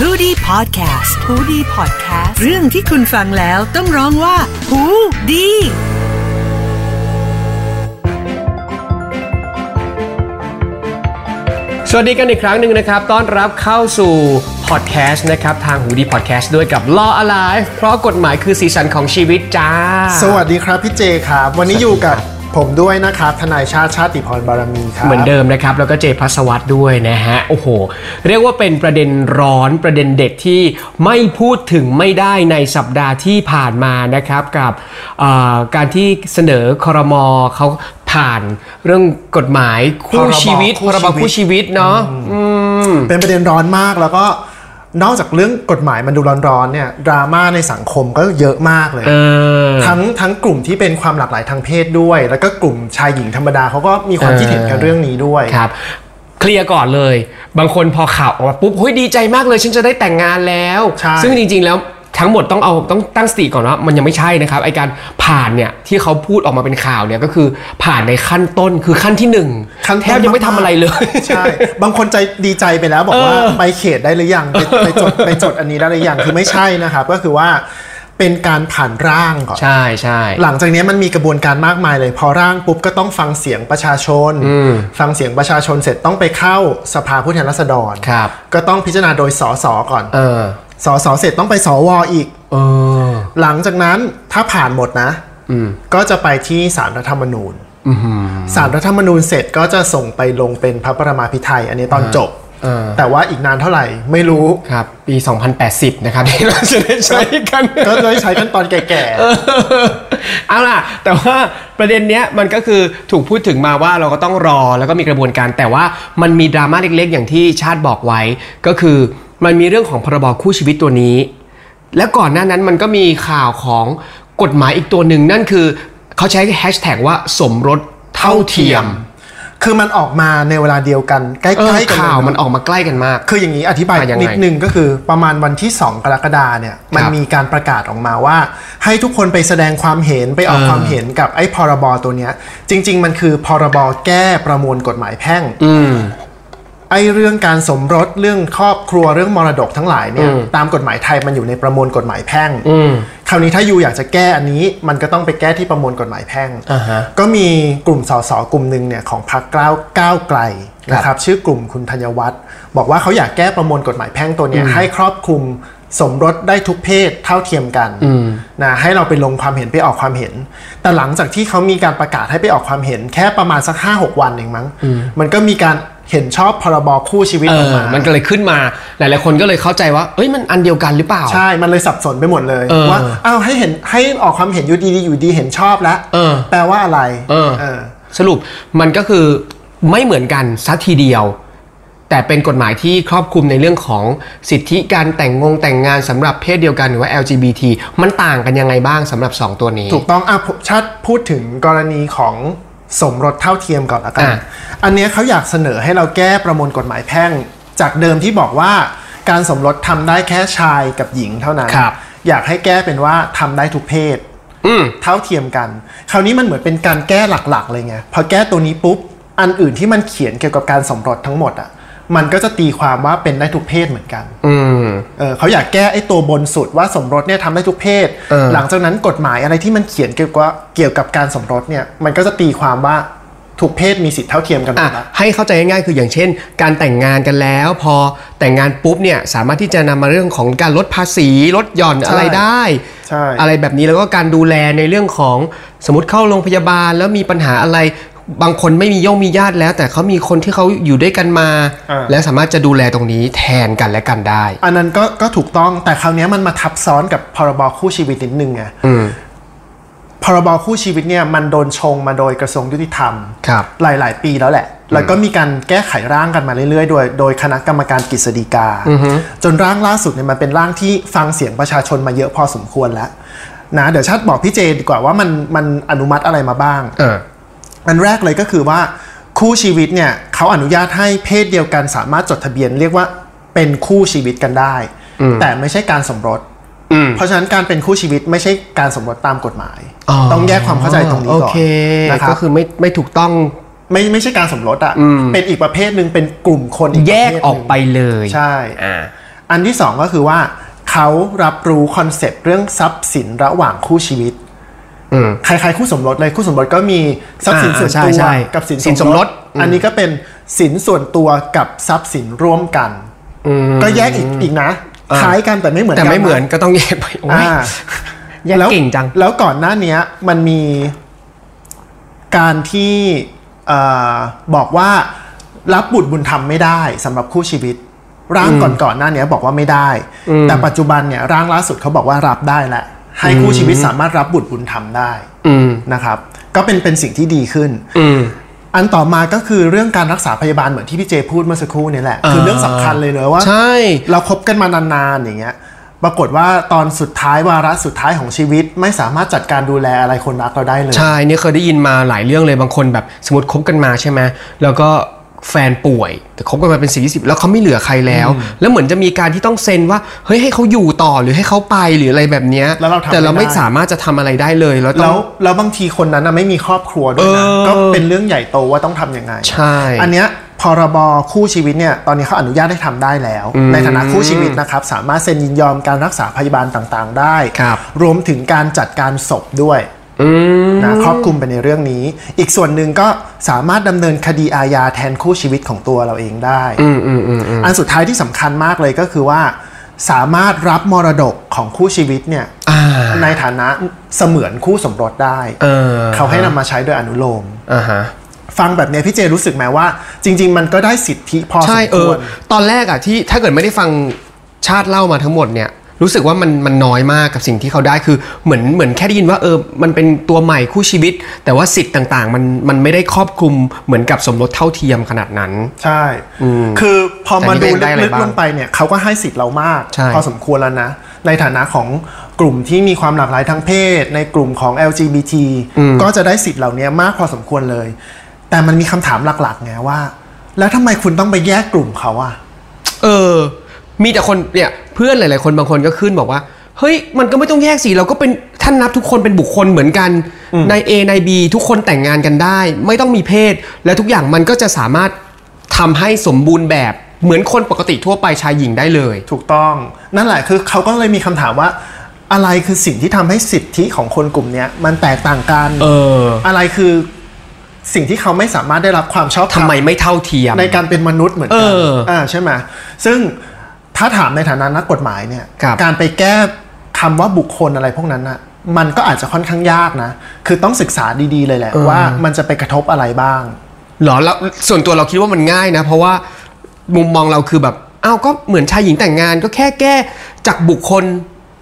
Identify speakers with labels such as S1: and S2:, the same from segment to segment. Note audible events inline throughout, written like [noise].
S1: h o ดี้พอดแคสต์ฮูดี้พอดแคสต์เรื่องที่คุณฟังแล้วต้องร้องว่าหูดี
S2: สวัสดีกันอีกครั้งหนึ่งนะครับ ต้อนรับเข้าสู่พอดแคสต์นะครับ ทางหูดีพอดแคสต์ด้วยกับ Law Alive เพราะกฎหมายคือสีสันของชีวิตจ้า
S3: สวัสดีครับพี่เจครับ วันนี้อยู่กับผมด้วยนะครับทนายชาติชาติพรบารมีครับ
S2: เหมือนเดิมนะครับ แล้วก็เจพัสวัตด้วยนะฮะ โอ้โห เรียกว่าเป็นประเด็นร้อนประเด็นเด็ดที่ไม่พูดถึงไม่ได้ในสัปดาห์ที่ผ่านมานะครับกับเอ่อการที่เสนอคอรมอเขาผ่านเรื่องกฎหมายคู่ชีวิตพรบคู่ชีวิตเนาะอืม
S3: เป็นประเด็นร้อนมากแล้วก็นอกจากเรื่องกฎหมายมันดูร้อนๆเนี่ยดราม่าในสังคมก็เยอะมากเลย ทั้งทั้งกลุ่มที่เป็นความหลากหลายทางเพศด้วย แล้วก็กลุ่มชายหญิงธรรมดาเขาก็มีความคิดเห็นกันเรื่องนี้ด้วย
S2: ครับเคลียร์ก่อนเลย บางคนพอข่าวออกมาปุ๊บเฮ้ยดีใจมากเลย ฉันจะได้แต่งงานแล้ว
S3: ใช่
S2: ซึ่งจริงๆแล้วทั้งหมดต้องเอาต้องตั้งสติก่อนว่ามันยังไม่ใช่นะครับไอการผ่านเนี่ยที่เขาพูดออกมาเป็นข่าวเนี่ยก็คือผ่านในขั้นต้นคือขั้นที่หนึ่ง
S3: ขั้น
S2: แทบยังไม่ทำอะไรเลย
S3: ใช่บางคนใจดีใจไปแล้วบอกว่าไปเขตได้หรือยังไปไปจดไปจดอันนี้ได้หรือยังคือไม่ใช่นะครับ ก็คือว่าเป็นการผ่านร่างก่อน
S2: ใช่ใช่
S3: หลังจากนี้มันมีกระบวนการมากมายเลย พอร่างปุ๊บก็ต้องฟังเสียงประชาชน ฟังเสียงประชาชนเสร็จต้องไปเข้าสภาผู้แทนราษฎร
S2: ครับ
S3: ก็ต้องพิจารณาโดยสสก่อน
S2: เออ
S3: สสเสร็จต้องไปสวอีก
S2: เออ
S3: หลังจากนั้นถ้าผ่านหมดนะก็จะไปที่สารรัฐธรรมนูญสารรัฐธรรมนูญเสร็จก็จะส่งไปลงเป็นพระประมาพิไทย อันนี้ตอนจบ
S2: เออ
S3: แต่ว่าอีกนานเท่าไหร่ไม่รู้
S2: ครับปี 2080 นะครับที่เราจะได้ใช้กัน
S3: ก็เลยใช้กันตอนแก่ๆ
S2: [laughs] เอาล่ะ แต่ว่าประเด็นเนี้ยมันก็คือถูกพูดถึงมาว่าเราก็ต้องรอแล้วก็มีกระบวนการ แต่ว่ามันมีดราม่าเล็กๆ อย่างที่ชาติบอกไว้ ก็คือมันมีเรื่องของพรบคู่ชีวิตตัวนี้ และก่อนหน้านั้นมันก็มีข่าวของกฎหมายอีกตัวหนึ่งนั่นคือเขาใช้แฮชแท็กว่าสมรสเท่าเทียม
S3: คือมันออกมาในเวลาเดียวกันใกล้
S2: เออ
S3: ๆกันเลย
S2: ข่าว
S3: เนอะ
S2: มันออกมาใกล้กันมาก
S3: คืออย่างนี้อธิบาย
S2: อ่ะยังไง
S3: นิดนึงก็คือประมาณวันที่ 2 กรกฎาเนี่ยมันมีการประกาศออกมาว่า ให้ทุกคนไปแสดงความเห็นไปออก
S2: เออ
S3: ความเห็นกับไอ้พรบตัวเนี้ย จริง ๆ มันคือพรบแก้ประมวลกฎหมายแพ่งไอ้เรื่องการสมรสเรื่องครอบครัวเรื่องมรดกทั้งหลายเนี่ยตามกฎหมายไทยมันอยู่ในประมวลกฎหมายแพ่งคราวนี้ถ้ายูอยากจะแก้อันนี้มันก็ต้องไปแก้ที่ประมวลกฎหมายแพ่ง
S2: อ่าฮะ
S3: ก็มีกลุ่มสสกลุ่มหนึ่งเนี่ยของพรรคก้าวก้าวไกลนะครับชื่อกลุ่มคุณธัญวัฒน์บอกว่าเขาอยากแก้ประมวลกฎหมายแพ่งตัวเนี้ยให้ครอบคลุมสมรสได้ทุกเพศเท่าเทียมกันนะให้เราไปลงความเห็นไปออกความเห็น แต่หลังจากที่เขามีการประกาศให้ไปออกความเห็น แค่ประมาณสัก5 6วันเองมั้ง มันก็มีการเห็นชอบพรบคู่ชีวิต
S2: เอ
S3: ออ
S2: อ
S3: กมา
S2: มันก็เลยขึ้นมาหลายๆคนก็เลยเข้าใจว่าเอ้ยมันอันเดียวกันหรือเปล่า
S3: ใช่มันเลยสับสนไปหมดเลย
S2: เออ
S3: ว่าอ้าวให้เห็นให้ออกความเห็นอยู่ดีๆอยู่ดีเห็นชอบแล้ว
S2: เออ
S3: แปลว่าอะไร
S2: เออ
S3: เออ
S2: สรุปมันก็คือไม่เหมือนกันสัทีเดียว แต่เป็นกฎหมายที่ครอบคลุมในเรื่องของสิทธิการแต่งงงแต่งงานสำหรับเพศเดียวกันหรือว่า LGBT มันต่างกันยังไงบ้างสำหรับ 2 ตัวนี้
S3: ถูกต้องอ่ะผมชาติพูดถึงกรณีของสมรสเท่าเทียมก่อนละกัน
S2: อ่ะ
S3: อันเนี้ยเขาอยากเสนอให้เราแก้ประมวลกฎหมายแพ่ง จากเดิมที่บอกว่าการสมรสทำได้แค่ชายกับหญิงเท่านั้น
S2: ครับ
S3: อยากให้แก้เป็นว่าทำได้ทุกเพศ
S2: อืม
S3: เท่าเทียมกัน คราวนี้มันเหมือนเป็นการแก้หลักๆ เลยไง พอแก้ตัวนี้ปุ๊บ อันอื่นที่มันเขียนเกี่ยวกับการสมรสทั้งหมดอ่ะ มันก็จะตีความว่าเป็นได้ทุกเพศเหมือนกัน
S2: อืม
S3: เออเขาอยากแก้ไอ้ตัวบนสุดว่าสมรสเนี่ยทำได้ทุกเพศ
S2: เออ
S3: หลังจากนั้นกฎหมายอะไรที่มันเขียนเกี่ยวกับเกี่ยวกับการสมรสเนี่ยมันก็จะตีความว่าทุกเพศมีสิทธิเท่าเทียมกันหม
S2: อ่ะ
S3: ดละ
S2: ให้เข้าใจง่ายๆคืออย่างเช่น การแต่งงานกันแล้ว พอแต่งงานปุ๊บเนี่ยสามารถที่จะนำมาเรื่องของการลดภาษีลดหย่อน
S3: ใช่
S2: อะไรได้
S3: ใช่
S2: อะไรแบบนี้แล้วก็การดูแลในเรื่องของสมมติเข้าโรงพยาบาลแล้วมีปัญหาอะไร บางคนไม่มีย่องมีญาติแล้ว แต่เขามีคนที่เขาอยู่ด้วยกันมา แล้วสามารถจะดูแลตรงนี้แทนกันและกันได้
S3: อันนั้นก็ก็ถูกต้องแต่คราวเนี้ยมันมาทับซ้อนกับพรบคู่ชีวิตนิดนึงไงพรบคู่ชีวิตเนี่ยมันโดนชงมาโดยกระทรวงยุติธรรม
S2: ครับ
S3: หลาย ๆ ปีแล้วแหละ แล้วก็มีการแก้ไขร่างกันมาเรื่อย ๆ โดย โดยคณะกรรมการกฤษฎีกา จนร่างล่าสุดเนี่ยมันเป็นร่างที่ฟังเสียงประชาชนมาเยอะพอสมควรแล้วนะ เดี๋ยวชัดบอกพี่เจดีกว่าว่ามันมันอนุมัติอะไรมาบ้าง
S2: เออ
S3: อันแรกเลยก็คือว่าคู่ชีวิตเนี่ยเขาอนุญาตให้เพศเดียวกันสามารถจดทะเบียนเรียกว่าเป็นคู่ชีวิตกันได้ แต่ไม่ใช่การสมรส
S2: อืม
S3: เพราะฉะนั้นการเป็นคู่ชีวิตไม่ใช่การสมรสตามกฎหมาย
S2: อ๋อ
S3: ต้องแยกความเข้าใจตรงนี้ก่อ
S2: โอ
S3: น
S2: เค
S3: นะครับ
S2: ก็คือไม่ไม่ถูกต้อง
S3: ไม่ไม่ใช่การสมรสอะเป็นอีกประเภทหนึ่งเป็นกลุ่มคนอีก
S2: แยก
S3: ประเภทหนึ่ง
S2: ออกไปเลย
S3: ใช่
S2: อ่า
S3: อันที่สองก็คือว่าเขารับรู้คอนเซปต์เรื่องทรัพย์สินระหว่างคู่ชีวิตใครๆคู่สมรสเลยคู่สมรสก็มีทรัพย์สินส่วน
S2: อ่าใช่
S3: ตัว
S2: ใช่
S3: กับสิน
S2: สินส
S3: ส
S2: ม
S3: ม
S2: ร
S3: ร
S2: ส
S3: ส อันนี้ก็เป็นสินส่วนตัวกับทรัพย์สินร่วมกันก็แยกอีกอีกนะ คล้ายกันแต่ไม่เหมือนกั
S2: แต่
S3: น
S2: ไม่
S3: นะ
S2: เหมือนก็ต้องแยกไปโอ้ย
S3: อ่า
S2: แยกเก่งจัง
S3: แล้วแล้วก่อนหน้าเนี้ยมันมีการที่เอ่อบอกว่ารับบุตรบุญธรรมไม่ได้สำหรับคู่ชีวิต ร่างก่อนๆหน้าเนี้ยบอกว่าไม่ได้ แต่ปัจจุบันเนี่ยร่างล่าสุดเขาบอกว่ารับได้แหละให้คู่ชีวิตสามารถรับบุตรบุญธรรมได้
S2: อืม
S3: นะครับก็เป็นเป็นสิ่งที่ดีขึ้น
S2: อืม
S3: อันต่อมาก็คือเรื่องการรักษาพยาบาลเหมือนที่พี่เจพูดเมื่อสักครู่เนี่ยแหละ
S2: อ่า
S3: คือเรื่องสำคัญเลยเนอะว่า
S2: ใช่
S3: เราคบกันมานานๆอย่างเงี้ยปรากฏว่าตอนสุดท้ายวาระสุดท้ายของชีวิต ไม่สามารถจัดการดูแลอะไรคนรักเราได้เลย
S2: ใช่เนี่ยเคยได้ยินมาหลายเรื่องเลยบางคนแบบสมมติคบกันมาใช่ไหมแล้วก็แฟนป่วย แต่คบกันมาเป็นสี่สิบแล้วเขาไม่เหลือใครแล้ว แล้วเหมือนจะมีการที่ต้องเซ็นว่าเฮ้ยให้เขาอยู่ต่อหรือให้เขาไปหรืออะไรแบบเนี้ย
S3: แล้วเราทำ
S2: แต่เรา
S3: ไม่
S2: ไม่
S3: ได้
S2: สามารถจะทำอะไรได้เลยแล้วต้
S3: แล้
S2: อง
S3: วแล้วบางทีคนนั้นนะไม่มีครอบครัวด้วยนะ
S2: เออ
S3: ก็เป็นเรื่องใหญ่โตว่าต้องทำยังไง
S2: ใช่
S3: อันเนี้ยพรบคู่ชีวิตเนี่ยตอนนี้เขาอนุญาตให้ทำได้แล้ว ในฐานะคู่ชีวิตนะครับสามารถเซ็นยินยอมการรักษาพยาบาลต่างๆ ได้
S2: ครับ
S3: รวมถึงการจัดการศพด้วย
S2: อืม
S3: นะครอบคลุมไปในเรื่องนี้ อีกส่วนหนึ่งก็สามารถดำเนินคดีอาญาแทนคู่ชีวิตของตัวเราเองได้
S2: อืมอืมอืมอืม
S3: อันสุดท้ายที่สำคัญมากเลยก็คือว่า สามารถรับมรดกของคู่ชีวิตเนี่ย
S2: อ่า
S3: ในฐานะเสมือนคู่สมรสได้
S2: เออ
S3: เขาให้นำมาใช้โดยอนุโลม
S2: อ่าฮะ
S3: ฟังแบบเนี้ยพี่เจรู้สึกไหมว่า จริง ๆ มันก็ได้สิทธิพอส
S2: ใช่
S3: ม
S2: เอ
S3: ค
S2: อ
S3: วร
S2: ตอนแรกอะที่ถ้าเกิดไม่ได้ฟังชาติเล่ามาทั้งหมดเนี่ยรู้สึกว่ามันมันน้อยมากกับสิ่งที่เขาได้คือเหมือนเหมือนแค่ได้ยินว่าเออมันเป็นตัวใหม่คู่ชีวิต แต่ว่าสิทธิ์ต่างๆ มันมันไม่ได้ครอบคลุมเหมือนกับสมรสเท่าเทียมขนาดนั้น
S3: ใช่ คือพอมา
S2: แต่
S3: ดู
S2: นี่ได้อะไร
S3: ลึก
S2: บ้าง
S3: ๆลงไปเนี่ยเขาก็ให้สิทธิ์เรามาก
S2: ใช่
S3: พอสมควรแล้วนะ ในฐานะของกลุ่มที่มีความหลากหลายทางเพศ ในกลุ่มของ LGBT ก็จะได้สิทธิ์เหล่านี้มากพอสมควรเลย แต่มันมีคำถามหลักๆไงว่า แล้วทำไมคุณต้องไปแยกกลุ่มเขาอะ
S2: เออ มีแต่คนเนี่ยเพื่อนหลายๆคนบางคนก็ขึ้นบอกว่า เฮ้ยมันก็ไม่ต้องแยกสิเราก็เป็นท่านนับทุกคนเป็นบุคคลเหมือนกันใน A ใน B ทุกคนแต่งงานกันได้ ไม่ต้องมีเพศ และทุกอย่างมันก็จะสามารถทำให้สมบูรณ์แบบเหมือนคนปกติทั่วไปชายหญิงได้เลย
S3: ถูกต้องนั่นแหละคือเขาก็เลยมีคำถามว่า อะไรคือสิ่งที่ทำให้สิทธิของคนกลุ่มเนี้ยมันแตกต่างกัน
S2: เออ
S3: อะไรคือสิ่งที่เขาไม่สามารถได้รับความชอบธร
S2: ทำ
S3: รม
S2: ไมไม่เท่าเทียม
S3: ในการเป็นมนุษย์เหมือนกั
S2: เอออ่
S3: าใช่ไหมซึ่งถ้าถามในฐานะนักกฎหมายเนี่ย
S2: ครับ
S3: การไปแก้คำว่าบุคคลอะไรพวกนั้นน่ะ มันก็อาจจะค่อนข้างยากนะ คือต้องศึกษาดีๆเลยแหละ
S2: เออ
S3: ว่ามันจะไปกระทบอะไรบ้าง
S2: หรอแล้วส่วนตัวเราคิดว่ามันง่ายนะ เพราะว่ามุมมองเราคือแบบอ้าวก็เหมือนชายหญิงแต่งงานก็แค่แก้จากบุคคล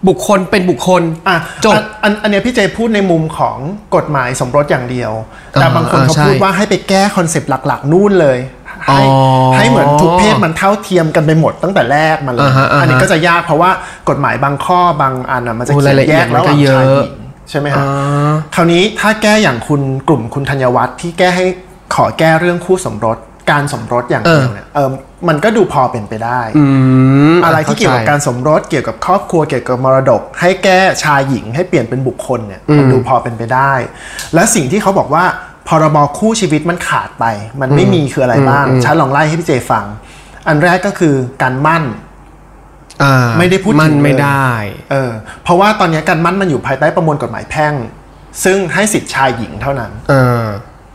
S2: บุคคลเป็นบุคคล
S3: อ่ะ
S2: จบ
S3: อันอันอันเนี้ยพี่เจพูดในมุมของกฎหมายสมรสอย่างเดียว แต่
S2: อ่า
S3: บางคนเขา
S2: ใช่
S3: พูดว่าให้ไปแก้คอนเซปต์หลักๆ นู่นเลย ให้
S2: อ๋อ
S3: ให้เหมือนทุกเพศมันเท่าเทียมกันไปหมดตั้งแต่แรกมันเลย
S2: อ่าฮะอ่าฮะ
S3: นนี้ก็จะยากเพราะว่ากฎหมายบางข้อบางอันน่ะมันจะ
S2: โอ้
S3: เขีย
S2: รายละ
S3: น
S2: เอี
S3: แย
S2: ยด
S3: กแล้ว
S2: มันก็
S3: ว่า
S2: เย
S3: ชายห
S2: อะ
S3: ญิงใช่ไหม
S2: อ่
S3: ฮะ
S2: า
S3: คราวนี้ถ้าแก้อย่างคุณกลุ่มคุณธัญวัฒน์ที่แก้ให้ขอแก้เรื่องคู่สมรส การสมรสอย่างเดียวเนี่ยเออมันก็ดูพอเป็นไปได้
S2: ม
S3: อะไรที่เกี่ยวกับ
S2: เข้าใจ
S3: การสมรสเกี่ยวกับครอบครัวเกี่ยวกับมรดก ให้แก้ชายหญิงให้เปลี่ยนเป็นบุคคลเนี่ยมันดูพอเป็นไปได้ และสิ่งที่เขาบอกว่าพรบคู่ชีวิตมันขาดไป มันไม่มีคืออะไรบ้างฉันลองไล่ให้พี่เจฟัง อันแรกก็คือการมั่น
S2: อ่า
S3: ไม่ได้พูดถึง
S2: มันไม่
S3: เลย
S2: ได้
S3: เออเพราะว่าตอนนี้การมั่นมันอยู่ภายใต้ประมวลกฎหมายแพ่ง ซึ่งให้สิทธิ์ชายหญิงเท่านั้น
S2: เออ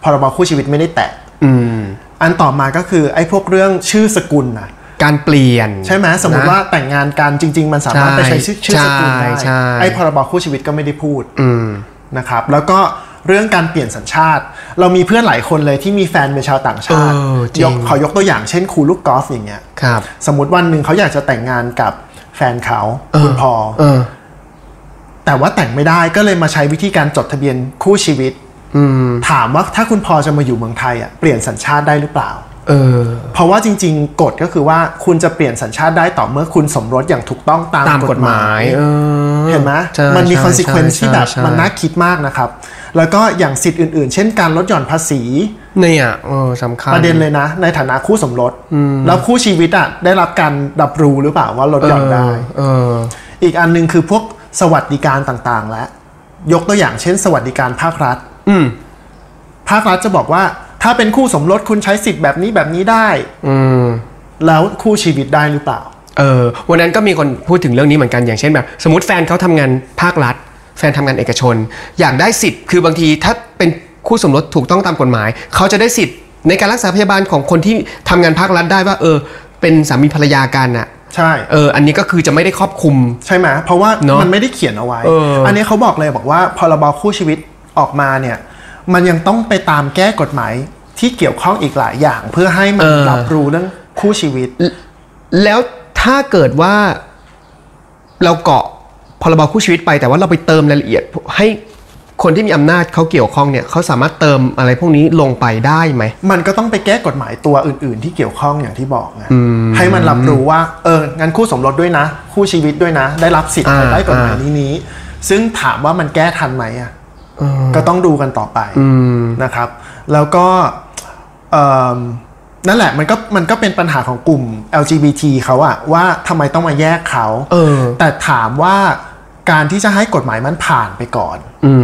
S3: พรบคู่ชีวิตไม่ได้แตะ
S2: อืม
S3: อันต่อมาก็คือไอ้พวกเรื่องชื่อสกุลนะ
S2: การเปลี่ยน
S3: ใช่ไหมสมมติว่าแต่งงานกันจริง ๆ มันสามารถไปใช้ชื่อชื่อสกุลได้
S2: ใช่ใช่
S3: ไอ้พรบคู่ชีวิตก็ไม่ได้พูด
S2: อืม
S3: นะครับ แล้วก็เรื่องการเปลี่ยนสัญชาติ เรามีเพื่อนหลายคนเลยที่มีแฟนเป็นชาวต่างชาติ
S2: เออจริง
S3: ยกขอยกตัวอย่างเช่นครูลูกกอล์ฟอย่างเงี้ย
S2: ครับ
S3: สมมติวันหนึ่งเขาอยากจะแต่งงานกับแฟนเขา
S2: เออ
S3: คุณพอ
S2: เออ
S3: แต่ว่าแต่งไม่ได้ก็เลยมาใช้วิธีการจดทะเบียนคู่ชีวิตถามว่าถ้าคุณพอจะมาอยู่เมืองไทยอ่ะเปลี่ยนสัญชาติได้หรือเปล่า
S2: เออ
S3: เพราะว่าจริงๆ กฎก็คือว่าคุณจะเปลี่ยนสัญชาติได้ต่อเมื่อคุณสมรสอย่างถูกต้องตาม
S2: ตามกฎหมาย เออ
S3: เห็นไหม
S2: ใช่
S3: มันมี
S2: ใช่
S3: คอนซิเควนซ์
S2: ใช่
S3: ที่แบบ
S2: ใช่
S3: มันน่าคิดมากนะครับ แล้วก็อย่างสิทธิ์อื่นๆ เช่นการลดหย่อนภาษี
S2: เนี่ยเออสำคัญ
S3: ประเด็นเลยนะ ในฐานะคู่สมรส แล้วคู่ชีวิตอ่ะได้รับการรับรู้หรือเปล่าว่าลดหย่อนได้
S2: เออ
S3: อีกอันหนึงคือพวกสวัสดิการต่างๆ และ ยกตัวอย่างเช่น สวัสดิการภาครัฐ
S2: อืม
S3: ภาครัฐจะบอกว่า ถ้าเป็นคู่สมรสคุณใช้สิทธิ์แบบนี้แบบนี้ได้
S2: อืม
S3: แล้วคู่ชีวิตได้หรือเปล่า
S2: เออวันนั้นก็มีคนพูดถึงเรื่องนี้เหมือนกันอย่างเช่นแบบ สมมติแฟนเขาทำงานภาครัฐ แฟนทำงานเอกชน อยากได้สิทธิ์คือบางทีถ้าเป็นคู่สมรสถูกต้องตามกฎหมาย เขาจะได้สิทธิ์ในการรักษาพยาบาลของคนที่ทำงานภาครัฐได้ว่า เออ เป็นสามีภรรยากันอ่ะ
S3: ใช่
S2: เอออันนี้ก็คือจะไม่ได้ครอบคลุม
S3: ใช่ไหมเพราะว่า
S2: เนอะ
S3: มันไม่ได้เขียนเอาไว้
S2: เอออั
S3: อันนี้เขาบอกเลยบอกว่าพรบคู่ชีวิตออกมาเนี่ย มันยังต้องไปตามแก้กฎหมายที่เกี่ยวข้องอีกหลายอย่าง เพื่อให้มัน
S2: เออ
S3: รับรู้เรื่องคู่ชีวิต
S2: แล้วถ้าเกิดว่าเราเกาะพรบคู่ชีวิตไปแต่ว่าเราไปเติมรายละเอียด ให้คนที่มีอำนาจเขาเกี่ยวข้องเนี่ยเขาสามารถเติมอะไรพวกนี้ลงไปได้ไหม
S3: มันก็ต้องไปแก้กฎหมายตัวอื่น ๆ ที่เกี่ยวข้องอย่างที่บอกไงให้มันรับรู้ว่าเอองั้นคู่สมรสด้วยนะ คู่ชีวิตด้วยนะ ได้รับสิทธิ์
S2: อ่า
S3: ได้กฎหมายนี้นี้ๆซึ่งถามว่ามันแก้ทันไหมอ่ะก็ต้องดูกันต่อไปนะครับ แล้วก็เอิ่มนั่นแหละมันก็มันก็เป็นปัญหาของกลุ่ม LGBT เขาอะว่าทำไมต้องมาแยกเขา
S2: เออ
S3: แต่ถามว่าการที่จะให้กฎหมายมันผ่านไปก่อน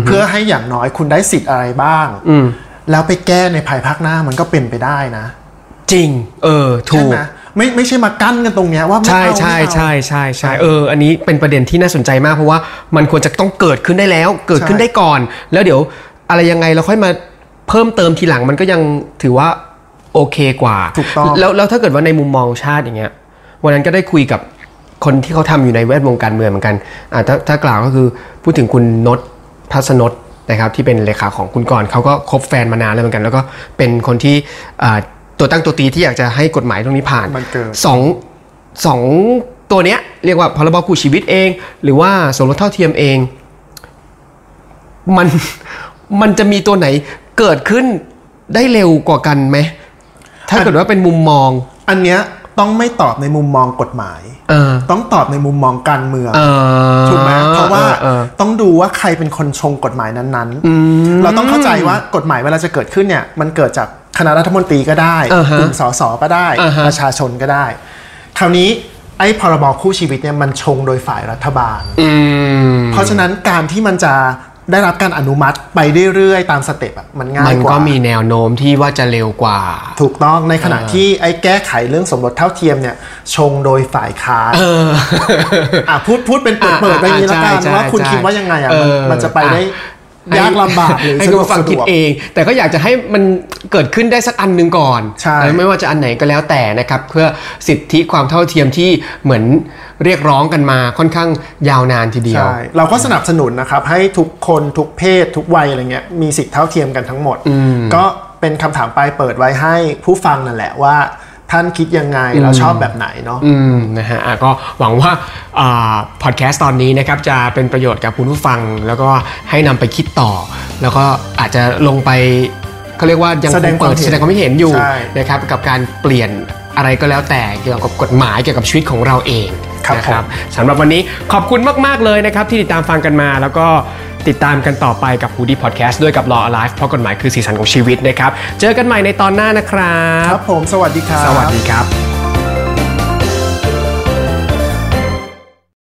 S3: เพื่อให้อย่างน้อยคุณได้สิทธิ์อะไรบ้างแล้วไปแก้ในภายภาคหน้ามันก็เป็นไปได้นะ
S2: จริง เออ
S3: ใช่
S2: ถูก
S3: ไหมไม่ไม่ใช่มากั้นกันตรงเนี้ยว่าไม่
S2: ใช่
S3: เอา
S2: ใช่
S3: ไม่เอา
S2: ใช่ใช่ใช่เออ อันนี้เป็นประเด็นที่น่าสนใจมากเพราะว่ามันควรจะต้องเกิดขึ้นได้แล้ว เกิดขึ้น
S3: ใช่
S2: ได้ก่อน แล้วเดี๋ยวอะไรยังไงเราค่อยมาเพิ่มเติมทีหลังมันก็ยังถือว่าโอเคกว่า
S3: ถูกต้อง
S2: แล้วแล้วถ้าเกิดว่าในมุมมองชาติอย่างเงี้ยวันนั้นก็ได้คุยกับคนที่เขาทำอยู่ในแวดวงการเมืองเหมือนกันอ่าถ้าถ้ากล่าวก็คือพูดถึงคุณนศพัศนศนะครับที่เป็นเลขาของคุณกรณ์เขาก็คบแฟนมานานแล้วเหมือนกัน แล้วก็เป็นคนที่อ่าตัวตั้งตัวตีที่อยากจะให้กฎหมายตรงนี้ผ่าน
S3: มันเกิด
S2: สองสองตัวเนี้ยเรียกว่าพรบคู่ชีวิตเอง หรือว่าสมรสเท่าเทียมเอง มันมันจะมีตัวไหนเกิดขึ้นได้เร็วกว่ากันไหม ถ้าเกิดว่าเป็นมุมมอง
S3: อันเนี้ยต้องไม่ตอบในมุมมองกฎหมาย
S2: เออ
S3: ต้องตอบในมุมมองการเมือง
S2: เออ
S3: ถูกไหมเพราะว่า
S2: ออ
S3: ต้องดูว่าใครเป็นคนชงกฎหมายนั้นๆ เราต้องเข้าใจว่ากฎหมายเวลาจะเกิดขึ้นเนี่ยมันเกิดจากคณะรัฐมนตรีก็ได้
S2: อ่าฮะ
S3: กลุ่มสสก็ได้
S2: อ่าฮะ
S3: ประชาชนก็ได้ คราวนี้ไอ้พรบคู่ชีวิตเนี่ยมันชงโดยฝ่ายรัฐบาล
S2: อืม
S3: เพราะฉะนั้นการที่มันจะได้รับการอนุมัติไปเรื่อยๆ ตามสเต็ปอะมันง่า
S2: มั
S3: ย
S2: น
S3: กว่า
S2: ก็
S3: ม
S2: มีแนวโน้มที่ว่าจะเร็วกว่า
S3: ถูกต้องในขณะที่ไอ้แก้ไขเรื่องสมรสเท่าเทียมเนี่ยชงโดยฝ่ายค้าน
S2: เออ
S3: ่ะพูดพูดเป็นเปิดเปิดๆไปนี้ละกัน
S2: ใช่ใช่
S3: ว่าคุณ
S2: ใช่
S3: คิดว่ายังไงอ่ะ
S2: เอ
S3: มัน
S2: อ
S3: มันจะไปได้
S2: ให้
S3: ยากลำบากหรือ
S2: ให้
S3: สะ
S2: คุณ
S3: ดวก
S2: ผู้ฟัง
S3: สะด
S2: คิด
S3: วก
S2: เอง แต่ก็อยากจะให้มันเกิดขึ้นได้สักอันหนึ่งก่อน
S3: ใช่
S2: เออไม่ว่าจะอันไหนก็แล้วแต่นะครับ เพื่อสิทธิความเท่าเทียมที่เหมือนเรียกร้องกันมาค่อนข้างยาวนานทีเดียว
S3: ใช่เราก็สนับสนุนนะครับ ให้ทุกคนทุกเพศ ทุกวัยอะไรเงี้ยมีสิทธิ์เท่าเทียมกันทั้งหมด ก็เป็นคำถามปลายเปิดไว้ให้ผู้ฟังนั่นแหละว่า ท่านคิดยังไงแล้วชอบแบบไหนเนาะ
S2: อืมนะฮะอ่ะก็หวังว่าพอดแคสต์ตอนนี้นะครับจะเป็นประโยชน์กับคุณผู้ฟัง แล้วก็ให้นำไปคิดต่อ แล้วก็อาจจะลงไปเขาเรียกว่ายังค
S3: แสดง
S2: งเปิด
S3: ความเห็น
S2: แสดงความคิดเห็นอยู่
S3: ใช่
S2: นะครับกับการเปลี่ยนอะไรก็แล้วแต่เกี่ยวกับกฎหมายเกี่ยวกับชีวิตของเราเองนะสำหรับวันนี้ขอบคุณมาก ๆ เลยนะครับที่ติดตามฟังกันมา แล้วก็ติดตามกันต่อไปกับ Hoodie Podcast ด้วยกับ Law Alive เพราะกฎหมายคือสีสันของชีวิตนะครับเจอกันใหม่ในตอนหน้านะครับ
S3: ครับผมสวัสดีครับ
S2: สวัสดีครับ